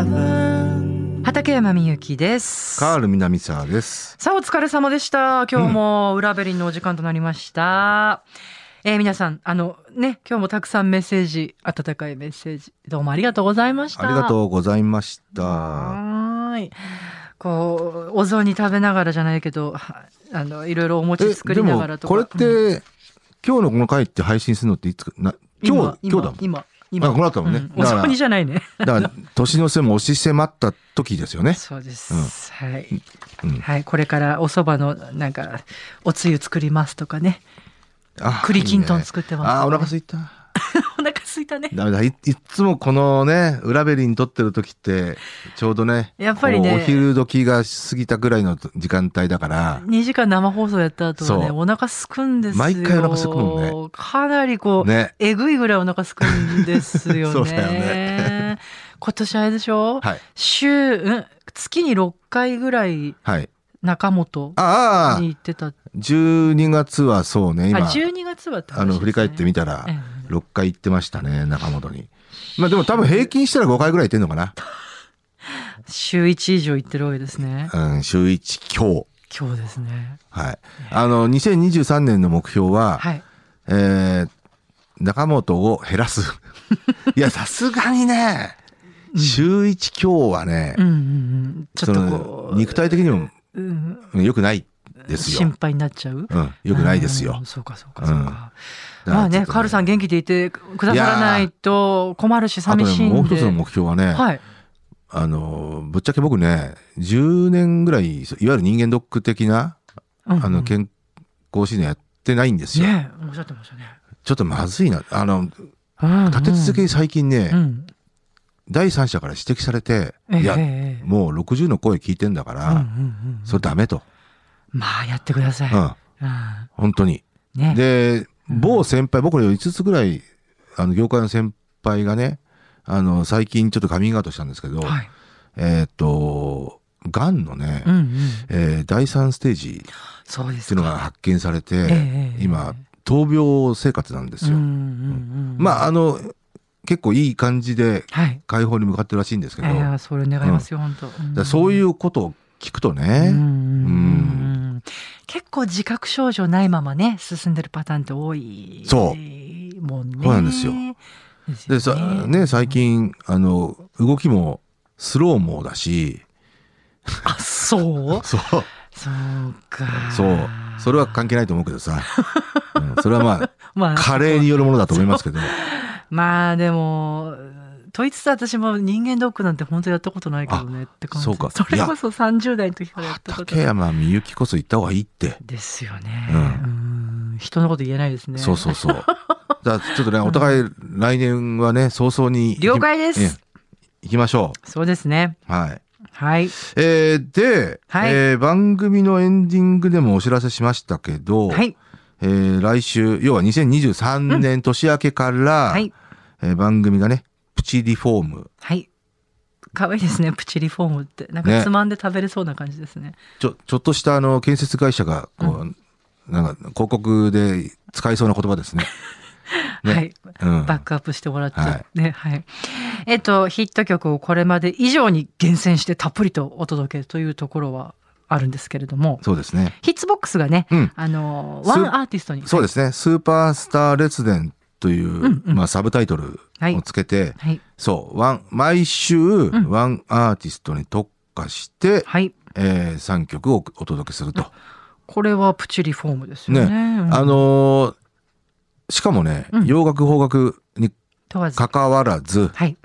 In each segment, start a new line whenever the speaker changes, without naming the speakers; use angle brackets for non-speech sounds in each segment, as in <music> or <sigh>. seven.
畠山みゆきです。
カール南沢です。
さあ、お疲れ様でした。今日も裏ベリンのお時間となりました。えー皆さん、あのね、今日もたくさんメッセージ、温かいメッセージ、どうもありがとうございました。
ありがとうございまし
は
た。
ーい。こう、お雑煮食べながらじゃないけど、はあの、いろいろお餅作りながらとか。
これって、
うん、
今日のこの回って配信するのっていつかな今日今日だもん。
今、
あ
今。
この後だもんね
うお
だから
雑煮じゃないね。
だから年の瀬も押し迫った時ですよね。
そうです。はい、
うん
はい。これからお蕎麦の、なんか、おつゆ作りますとかね。
あ
栗きんとん作ってます
いいねあーお腹空いた。
<laughs> お腹すいたね。
ダメだいいっつもこのね裏ベリに撮ってる時ってちょうどね
やっぱりね
こうお昼時が過ぎたぐらいの時間帯だから
2時間生放送やった後はね、
そう
お腹すくんですよ。
毎回お腹すくもんね
かなりこう、
ね
えぐいぐらいお腹すくんですよね。
<laughs> そうだよね
<laughs> 今年あれでしょ、
はい
週、うん、月に6回ぐらい
はい
中本
ああ
に行ってた。あ、
12月はそうね今
12月はって話
あ
です
の
ね
振り返ってみたら
ええ
6回行ってましたね中本にまあでも多分平均したら5回ぐらい行ってんのかな、
週1以上行ってるわけですね。
うん、週1強
今日ですね。
はいあの2023年の目標は、
はい。
えー中本を減
<laughs>
らすいやさすがにね週1強はね、
うんうんうん。ちょっとこ、
そうの肉体的にも
うん、
うん良くないです
心
よ。
配になっちゃう
うん、良くないですよ
うん。そうかそうかそうか。
うん
まあ
だからちょっ
ね、
とね
カールさん元気でいてくださらないと困るし
あと
寂しいん
ね、
で。
もう一つの目標はね、
はい。
あの、ぶっちゃけ僕ね、10年ぐらい、いわゆる人間ドック的な、
うん
あの、健康診断やってないんですよ。
ねえおっしゃってましたね。
ちょっとまずいな。あ
う
の、
んうん
立て続けに最近ね、
うん。
第三者から指摘されて、
ええ
いや
え、え
もう60の声聞いてんだから、
うんうんうん
それダメと。
まあやってください。
うん、
うん
本当に。
ね。
で、某先輩、僕らより5つぐらい、あの、業界の先輩がね、あの、最近ちょっとカミングアウトしたんですけど、
はい。
えーっ、と、がんのね、
うんうん。
えー第3ステージ
そうで
って
す
いうの
か。
が発見されて、
ええ
今、闘病生活なんですよ。
うんうんうん。
まあ、あの、結構いい感じで
はい。
解放に向かってるらしいんですけ
い
ど、
やい
だ
や
か
それ願いますよ本当。
らそういううことを聞くと
ん。うん
ね、
うんうん結構自覚症状ないままね進んでるパターンって多い
そ
もんね。
そうなんですよ
ですよ
でさ、ね、最近、あの、動きもスローモーだし、
あそう
そう、
そうか。
そう、それは関係ないと思うけどさ、うんそれはま
ま
あ、
あ、
加齢によるものだと思いますけど、
まあでも、と言いつつ私も人間ドックなんて本当やったことないけどねって感じ。
そうか
それこそ30代の時からやったこと
畠山みゆきこそ行った方がいいって。
ですよね。う
うん
ん。人のこと言えないですね。
そうそうそう。だからちょっとね、お互い来年はね、早々に行き。
了解です
ええ。行きましょ
そうですね。
う。はい。
はい。
えーで、
はい
えー番組のエンディングでもお知らせしましたけど、
はい。
えー来週、要は2023年年明けから、
はい。
えー番組がね、プチリフォーム。
はい。可愛いですね。プチリフォームって。なんか
ね
つまんで食べれそうな感じですね。
ちょ、ちょっとしたあの、建設会社が、こう、なんか、広告で使いそうな言葉ですね。ね
はい。
う
<laughs>
ん。
バックアップしてもらって、
はい
ね、はい。えっと、ヒット曲をこれまで以上に厳選してたっぷりとお届けというところはあるんですけれども、
そうですね。
ヒッツボックスがね、
うん
あの、
す
ワンアーティストに。
そうですね。スーパースター列伝という、
んうん
まあ、サブタイトルをつけて、
はい。
そう、ワン、毎週、
ん
ワンアーティストに特化して、
はい。
え3曲をお届けすると。
これはプチリフォームですよね。
ね
うん
あのーしかもね、
うん
洋楽、邦楽に
問わず。
関わらず、
はい。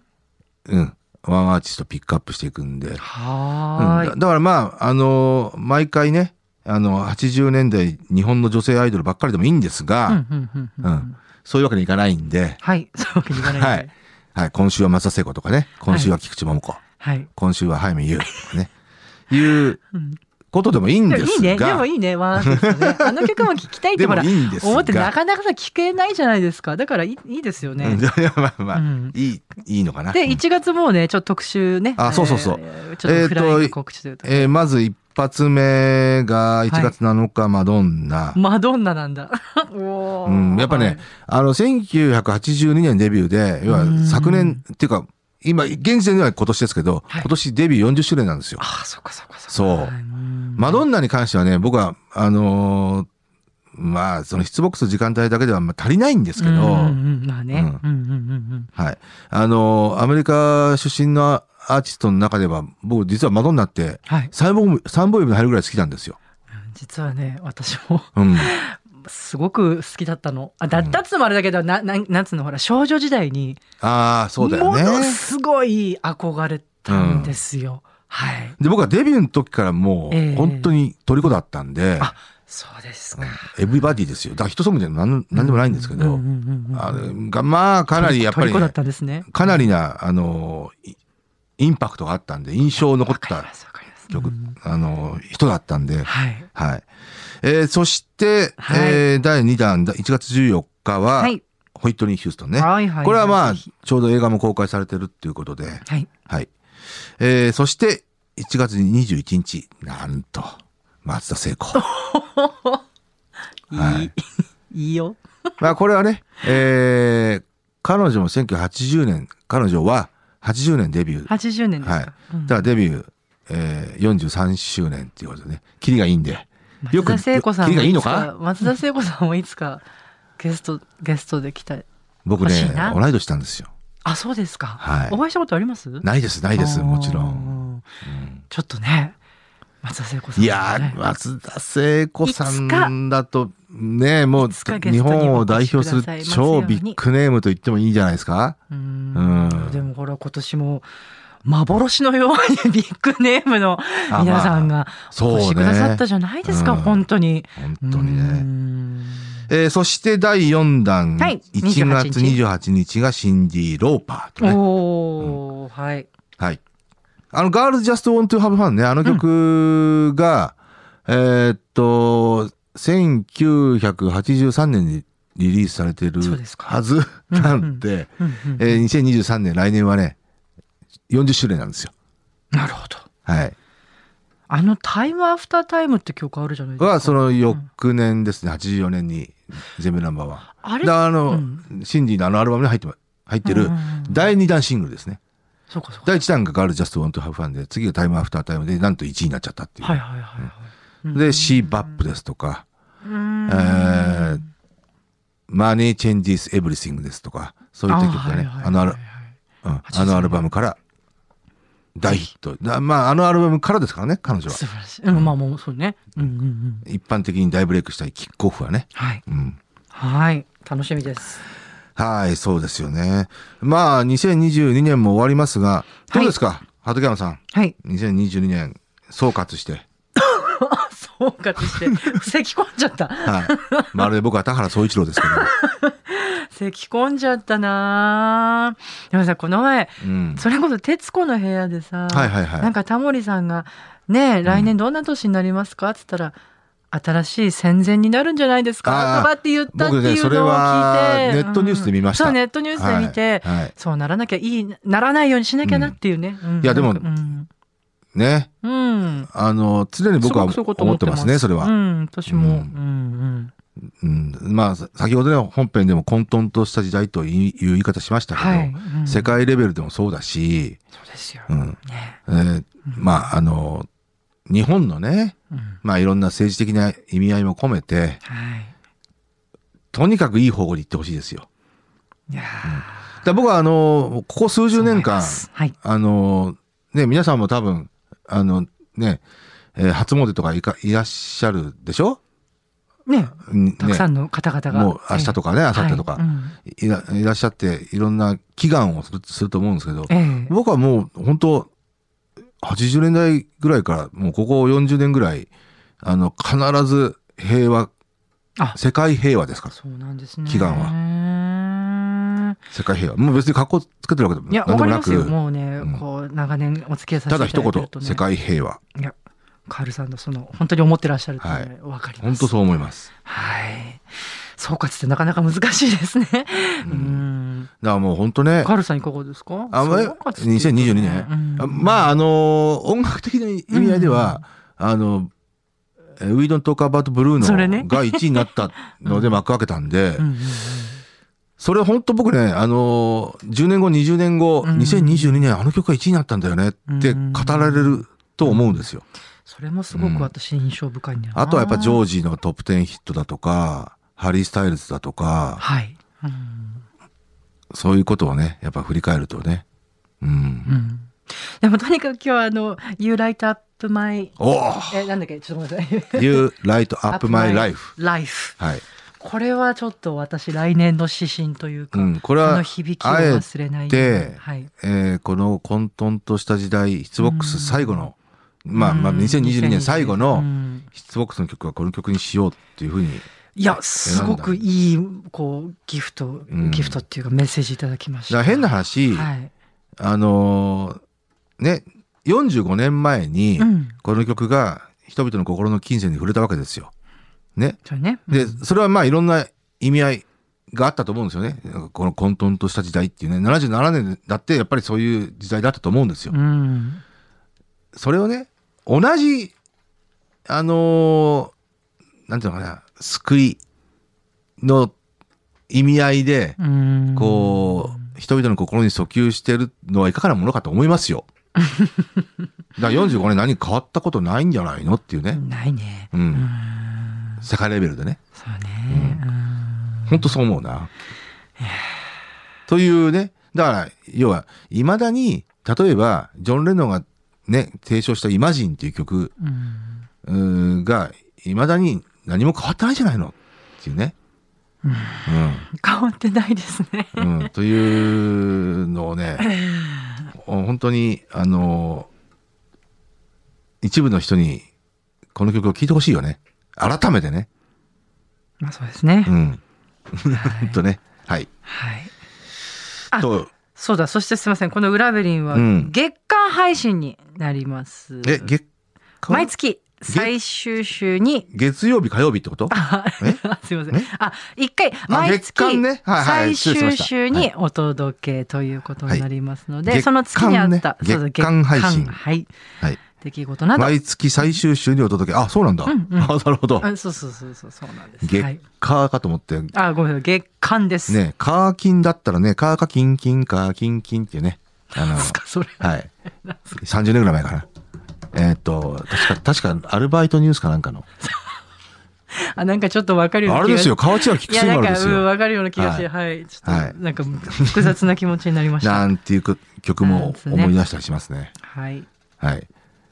うん、ワンアーティストピックアップしていくんで、
はーい。
うんだだからまあ、あのー毎回ね、あの、80年代日本の女性アイドルばっかりでもいいんですが、
うんうんうんうん
うんそういうわけにいかないんで、
はい。 <laughs> そういうわけにいかないんで。
はい。はい。今週は松田聖子とかね。今週は菊池桃子。
はい。
今週は早見優とかね。 <laughs> いう
うん
ことでもいいん
で
で
も
すが。
いいね。でもいいね。ワンアーティストね。あの曲も聴きたいって
で
ほ
も
ら
い、いんですが。
思ってなかなかさ、聞けないじゃないですか。だからいいいいですよね。
うんいやまあまあ、
うん
いい、いいのかな。
で、
うん
1月もうね、ちょっと特集ね。
あそうそうそう
えーちょっとフライング告知というと。
えーまず一発目が1月7日、マドンナ。
マドンナなんだ。おー
うん、やっぱね、、あの、1982年デビューで、要は昨年、っていうか、今、現時点では今年ですけど、
はい
今年デビュー40周年なんですよ。
ああ、そっかそっかそっか。
そう
はいん
マドンナに関してはね、僕は、あのーまあ、その筆ボックス時間帯だけではまあ足りないんですけど、
うんうんうんまあね。
う
うんうんうんうん。
はい。あのーアメリカ出身のアーティストの中では、僕実はマドンナって、
はい。
サンボイサンボイブに入るぐらい好きなんですよ。
実はね、私も <laughs>
うん。
すごく好きだったの。あ、だ
うん
ったつもあれだけど、な、なん、なんつうの、ほら、少女時代に、
ああ、そうだよ
も
ね。
のすごい憧れたんですよ。はい。
で、僕はデビューの時からも
ええ
う、本当に虜だったんで、
あ、そうですか。
エブリバディですよ。だから人それぞれなんなんでもないんですけ
う
ど
ん、うんうんうん
あれが、まあ、かなりやっぱり
虜だ
ね
っ、たんですね。
かなりな、あのー、イインパクトがあったんで、印象残っ
わかりま
た
す、わかります。
曲
うん、
あのー、人だったんで、
はい。
はい。えーそして、
はい
えー第2弾、だ1月14日は、
はい。
ホイットニー・ヒューストンね。
はいはい。
これはまあ、
ぜひ
ちょうど映画も公開されてるっていうことで、
はい。
はい。えーそして、1月21日、なんと、松田聖子。は
い
い
い、いいよ。
まあ、これはね、えー彼女も1980年、彼女は80年デビュー。
80年です
はい
か。うん
だからデビュー、えー43周年っていうことでね、キリがいいんで。よ
松
く
田聖子さん
キリがいいの
つか
か
松田聖子さんもいつかゲストゲストで来た
僕
欲し
ね
いな、
同い年なんですよ。
あそうですか、
はい
お会いしたことありますな
ないです、ないです、もちろん。
ん
うん
ちょっとね松田聖子さん、
い
ね、
やー、松田聖子さんだと、ね、もう、
いつかゲストに
日本を代表す
お越しください
る
ますよう
超
に
ビッグネームと言ってもいいんじゃないですか
う
うん
んでもほら今年も幻のようにビッグネームの
あ
皆さんが
そうね
お越しくださったじゃないですか、
うん
本当に
本当に
う
ね。
ん
えーそして第4弾、
はい
1月28日がシンディ・ローパーとね。
おお、はい
はい。あの、ガールズ・ジャスト・ウォン・トゥ・ハブ・ファンね、あの曲が、えーっと、1983年にリリースされてる
そうですか
はずなんで、
うんうん
えー2023年、来年はね、40周年なんですよ。
なるほど
はい。
あの「タイムアフタータイム」って曲あるじゃないですか
は、その翌年ですね、84年に、ゼミナンバーは。
あれ
で、あの、
うん
シンディのあのアルバムに入ってま、入ってる
うんうんうん、
第2弾シングルですね。
そうかそうか
第1弾がガールジャストワントハ e ファンで、次がタイムアフタータイムで、なんと1位になっちゃったっていう。
はいはいはいはい、
で、シーバップですとか、
うーん
えー、マネーチェンジ s エブリシングですとか、そういった曲がね、あのアル、うんあのアルバムから大ヒット。だまあ、あのアルバムからですからね、彼女は。
素晴らしい、うん、まあもうそうねうんうんうん
一般的に大ブレイクしたキックオフはね。
はい
うん。
はい楽しみです
はい、そうですよね。まあ、2022年も終わりますが、どうですか、畠山さん。
はい
2022年、総括して。
あそうかとして <laughs> 咳込んじゃった
はい。まるで僕は田原総一郎ですけど。
咳込んじゃったなーでもさこの前
うん。
それこそ『徹子の部屋』でさ、
はいはいはい
なんかタモリさんが「ねえ来年どんな年になりますか?」っつったら「新しい戦前になるんじゃないです
あ
か?」
ー
とかって言ったって
僕ね
いう
それ
のを
は
聞いて、
ネットニュースで見ました
うんそうネットニュースで見て、
はいはい
そうならなきゃいいならないようにしなきゃなっていうね、うん
いやでも
なんかうん、
ね。
うん
あの、常に僕
すご
は
くそういうこと
思ってますね、それ
う
は。
ん私も、
う
う
ん
んうん
うん。まあ、さ先ほどね、本編でも混沌とした時代といういう言い方しましたけど、
はい、うん
世界レベルでもそうだし、
そうですよ、
うん。
ね
えーまあ、あの、日本のね、
うん
まあいろんな政治的な意味合いも込めて、
はい
とにかくいい方向に行ってほしいですよ。
いや
だから僕はあの、ここ数
ー
十年間、
そう思いますはい
あの、ね、皆さんも多分、あの、ね、えー初詣とかいかいらっしゃるでしょ
ね
ね
たくさんの方々が、
もう明日とかね、明後日とか、
はいうん
いらいらっしゃって、いろんな祈願をするすると思うんですけど、
ええ
僕はもう本当、80年代ぐらいから、もうここ40年ぐらい、あの、必ず平和、
あ
世界平和ですから、
そうなんですね。
祈願
は。
世界平和。もう別に格好つけてるわけ
い
で
や、
も
わか
なんでも
り
な
ますよ。
く、
もうね、
うん
こう、長年お付き合いさせ
た
て
だ
いた
一
だいてる
言
と、ね。
世界平和。
いや、カールさんのその、本当に思ってらっしゃるっていうのはわかります。
本当そう思います。
はい。総括ってなかなか難しいですね。
う
うんん。
だからもう本当ね、
カールさんいかがですか
あま
総
り
括っていうとね
2022年、
うん
まああの音楽的な意味合いでは、あの「ウィードン・トーク・アバート・ブルー
それね <laughs>
ノ」が1位になったので幕開けたんで、
うんうんうん
それ本当僕ね、あのー10年後、20年後、
うん
2022年あの曲が1位になったんだよねって語られると思うんですよ。
それもすごく私印象深いんだよな、
あとはやっぱジョー
ジ
ジのトップ10ヒットだとか、ハリー・スタイルズだとか、
はい、うん
そういうことをね、やっぱ振り返るとね。うん。
うん、でもとにかく今日はあの「You Light Up My
おお」
<laughs> えなんだっけちょっとごめんなさい <laughs>
!You light up my life.
Life
はい。
これはちょっと私来年の指針というか、
うん、これ
この
は、
響きを忘れないように
あえて
はい、
えーこの混沌とした時代、ヒッツボックス最後の、まあまあ
うん
2022年最後
う
の
ん
ヒッツボックスの曲はこの曲にしようっていうふうに、
いやすごくいいこうギフト、
うん
ギフトっていうかメッセージいただきまし
だか
た
ら変な話、
はい
あのーね、45年前に
う、ん
この曲が人々の心の金銭に触れたわけですよ。ね。
そうね
で、
うん
それはまあいろんな意味合いがあったと思うんですよね。なんかこの混沌とした時代っていうね、77年だってやっぱりそういう時代だったと思うんですよ。
うん
それをね、同じ、あのーなんていうのかな、救いの意味合いで、
うん
こう、人々の心に訴求してるのはいかがなものかと思いますよ。だから45年何か変わったことないんじゃないのっていうね、
ないね
うん
ん
世界レベルでね。
そうね
ほんとそう思うな。というね、だから、要は、未だに、例えば、ジョン・レノンがね、提唱したイマジンっていう曲
うんうん
うーんが、未だに何も変わってないじゃないのっていうね。
変わってないですね <laughs>
うん。うん。というのをね、本当に、あの、一部の人に、この曲を聴いてほしいよね。改めてね。
まあそうですね
うん。
は
ほん
い
<laughs> とね。はい。
はいあ
と、
そうだそしてすいませんこの「裏ベリン」は
うん
月間配信になります
え、月、
毎月最終週に <laughs>
月曜日、火曜日ってこと
あ
え
すいませ
え
ん。あ、一回、毎
月間
月
ね、はいはい、
最
失礼しま
終
した
週
は
に
い
お届けということになりますので、
はい
その月にあった、
月
そ
間ね
うそう
月間配信
月間はい。
はい
出来事など。
毎月最終週にお届け。あ、そうなんだ。
うんうん
<laughs> あ、なるほど。
あそうそうそうそう、そうなんです。はい
月。火かと思って、
あ、ごめんなさい、月間です。
ね、カーキンだったらね、カーカキンキンカーキンキンっていうね、あの
なん、すか、それ。
はい。30年ぐらい前かな。えーっと、確か、確か、アルバイトニュースかなんかの。
あ、なんかちょっとわかるような
あ
気
れ
が
ですよ、河内は菊
いや、
水
なん
丸で
か、
す
うん、
よ。
わかるような気がして、はい。ちょっ
はい
と、なんか、複雑な気持ちになりました。
なんていう曲曲も思い出したりしますね。
はい。
はい。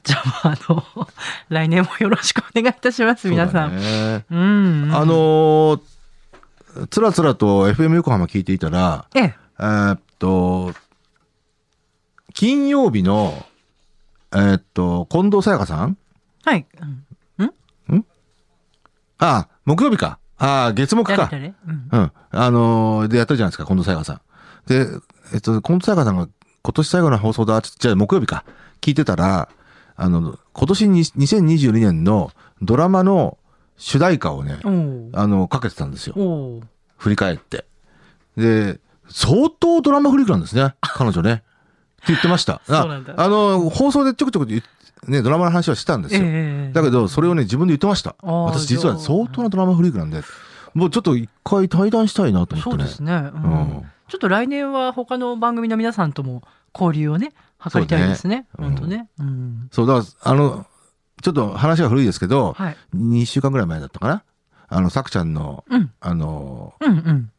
じゃあ、まあ、あの、 <laughs> 来年もよろしくお願いいたします、皆さ
そ
ん。
うだね
うんうん。
あのーつらつらと FM 横浜聞いていたら、
ええ。
えーっと、金曜日の、えーっと、近藤沙耶香さん
はい。うん
あ、木曜日か。あ、月木か。
誰々うん
うん。あのーで、やったじゃないですか、近藤沙耶香さん。で、えっと、近藤沙耶香さんが今年最後の放送だ、ちょっとじゃあ木曜日か、聞いてたら、あの、今年に2022年のドラマの主題歌をね、
おー
あの、かけてたんですよ。
おー
振り返って。で、相当ドラマフリークなんですね、彼女ね。って言ってました。
そうなんだ
ああの、放送でちょくちょく言っね、ドラマの話はしてたんですよ。
ええ
だけど、それをね、自分で言ってました。
あー
私実は
じゃあ
相当なドラマフリークなんで、もうちょっと一回対談したいなと思って
そ
ね。
うですね、うん
うん
ちょっと来年は他の番組の皆さんとも交流をね図りたいですね
そうね
本当ね、うん
そう、だから、あの、ちょっと話が古いですけど、
はい、
2週間ぐらい前だったかな。あの、さくちゃんの、
うん、
あの、
うんうん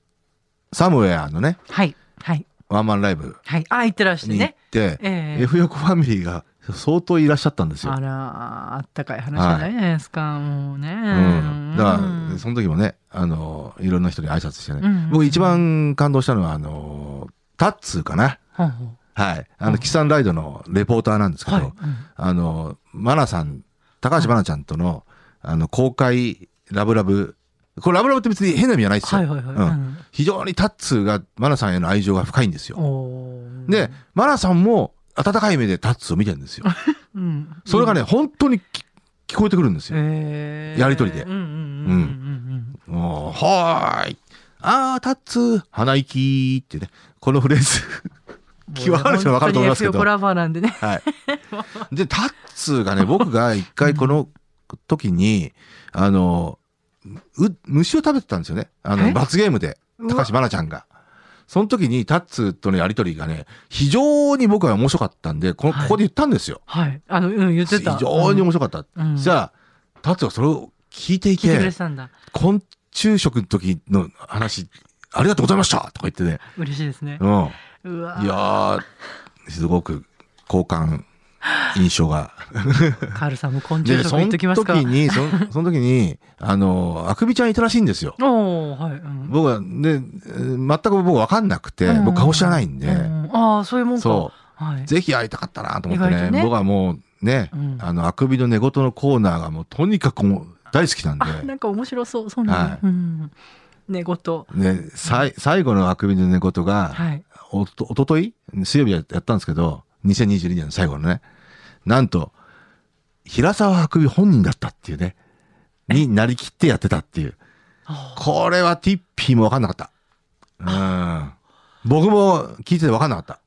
サムウェアのね、
はいはい
ワンマンライブ
はいあ行ってらして
に行っ
ね
て、
ええ
F 横ファミリーが相当いらっしゃったんですよ
あ。らあったかい話じゃないじゃないですか、もうね、
うん。だか
う
ら、
ん
その時もね、あの、いろんな人に挨拶してね。
うんうん
僕一番感動したのは、あの、タッツーかな。
ほうほう
はい。
う
あの、
ん
キサンライドのレポーターなんですけど、
はい、うん
あの、マナさん、高橋マナちゃんとの、あの、公開ラブラブ。これラブラブって別に変な意味じゃないですよ。
はいはいはい、
うん非常にタッツーがマナさんへの愛情が深いんです
うん
よ。
おー
で、マナさんも温かい目でタッツーを見てるんですよ。
うん、
それがね、本当にき聞こえてくるんですよ。
ええ
やりとりで
うんうんうんうんうん
もう、はーい。あー、タッツー、鼻息ってね。このフレーズ。気分かる人は分かると思いますけど
本当に F 横ラバーなんでね。 <laughs>
はい。で、タッツーがね、僕が一回この時に、あの、う、虫を食べてたんですよね。あの、
え
罰ゲームで、
うわ
高橋愛菜ちゃんが。その時にタッツとのやりとりがね、非常に僕は面白かったんで、この、
はい
ここで言ったんですよ。
はい。あの、うん、言って
非
た。
常に面白かった。
うん
じゃあ、タッツはそれを聞いてい
聞いてくれ
て
て、たんだ。
昆虫食の時の話、ありがとうございましたとか言ってね。
嬉しいですね
う。ん。
うわ
いやー、すごく好感、印象が。
カールさんも昆虫
で、
食
そ
行
の
っと
時
きますか。
に、そ
<laughs>
のその時に、あの、あくびちゃんいたらしいんですよ。
おー、はい。うん
僕は、で、えー全く僕分かんなくて、
うん
僕顔知らないんで、
うんああ、そういうもんか。
そ
は
う、
い。
ぜひ会いたかったなと思っ
意外
てね、
とね
僕はもうね、
うん
あの、あくびの寝言のコーナーがもうとにかくもう大好きなんで、
あ、なんか面白そう。そうなんだ。
はい
うん。寝言。
ね、さい最後のあくびの寝言が、
はい。
おと、おととい水曜日やったんですけど、2022年の最後のね、なんと、平沢あくび本人だったっていうね、になりきってやってたっていう。
あ
これはティッピーも分かんなかった。うん。僕も聞いてて分かんなかった。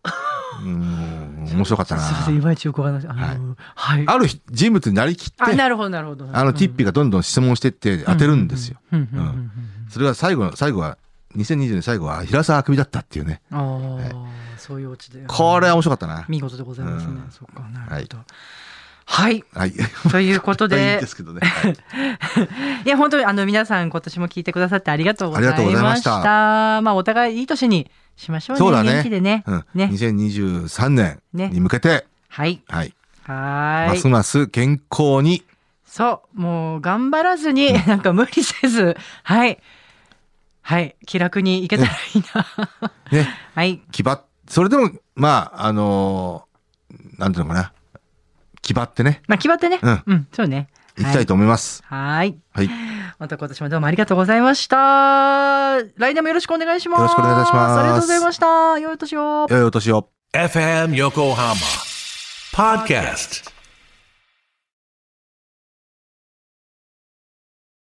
うん、面白かった
ーすいません、い
な。
まいちよくわかんない。あのーはい。
ある日人物になりきって、
あ、
あ
なるほど、なるほど。
のティッピーがどんどん質問してって当てるんですよ。
うん。うんうんうんう
う
んん
それが最後の、最後は、2020年最後は平沢あくびだったっていうね。
ああ、そういうオチで。
これは面白かったな。
見事でございますね
う。ん
そうか、なるほど。はい。
はい。
ということ
い
で
いですけどね。はい
いや、本当にあの皆さん今年も聞いてくださってありがとうございま
ありがとうございま
し。
したた
まあ、お互いいい年にしましょうね。
そうだね
元気でね。
うん、
ね
2023年に向けて、
はい。
はい、
は
ま
ーい
す。ます健康に、
そう。もう、頑張らずに、なんか無理せず、はい。はい。気楽にいけたらいいな。
ね、
はい。
気張っそれでも、まあ、あのーなんていうのかな、気張ってね、
まあ、決まってね。
うん
うん。そうね。
いきたいと思います。
はい。はい。
はい、
本当今年もどうもありがとうございました。来年もよろしくお願いします。
よろしくお願いいたします
ありがとうございました。良いお年を。
良いお年を。
FM Yokohama Podcast.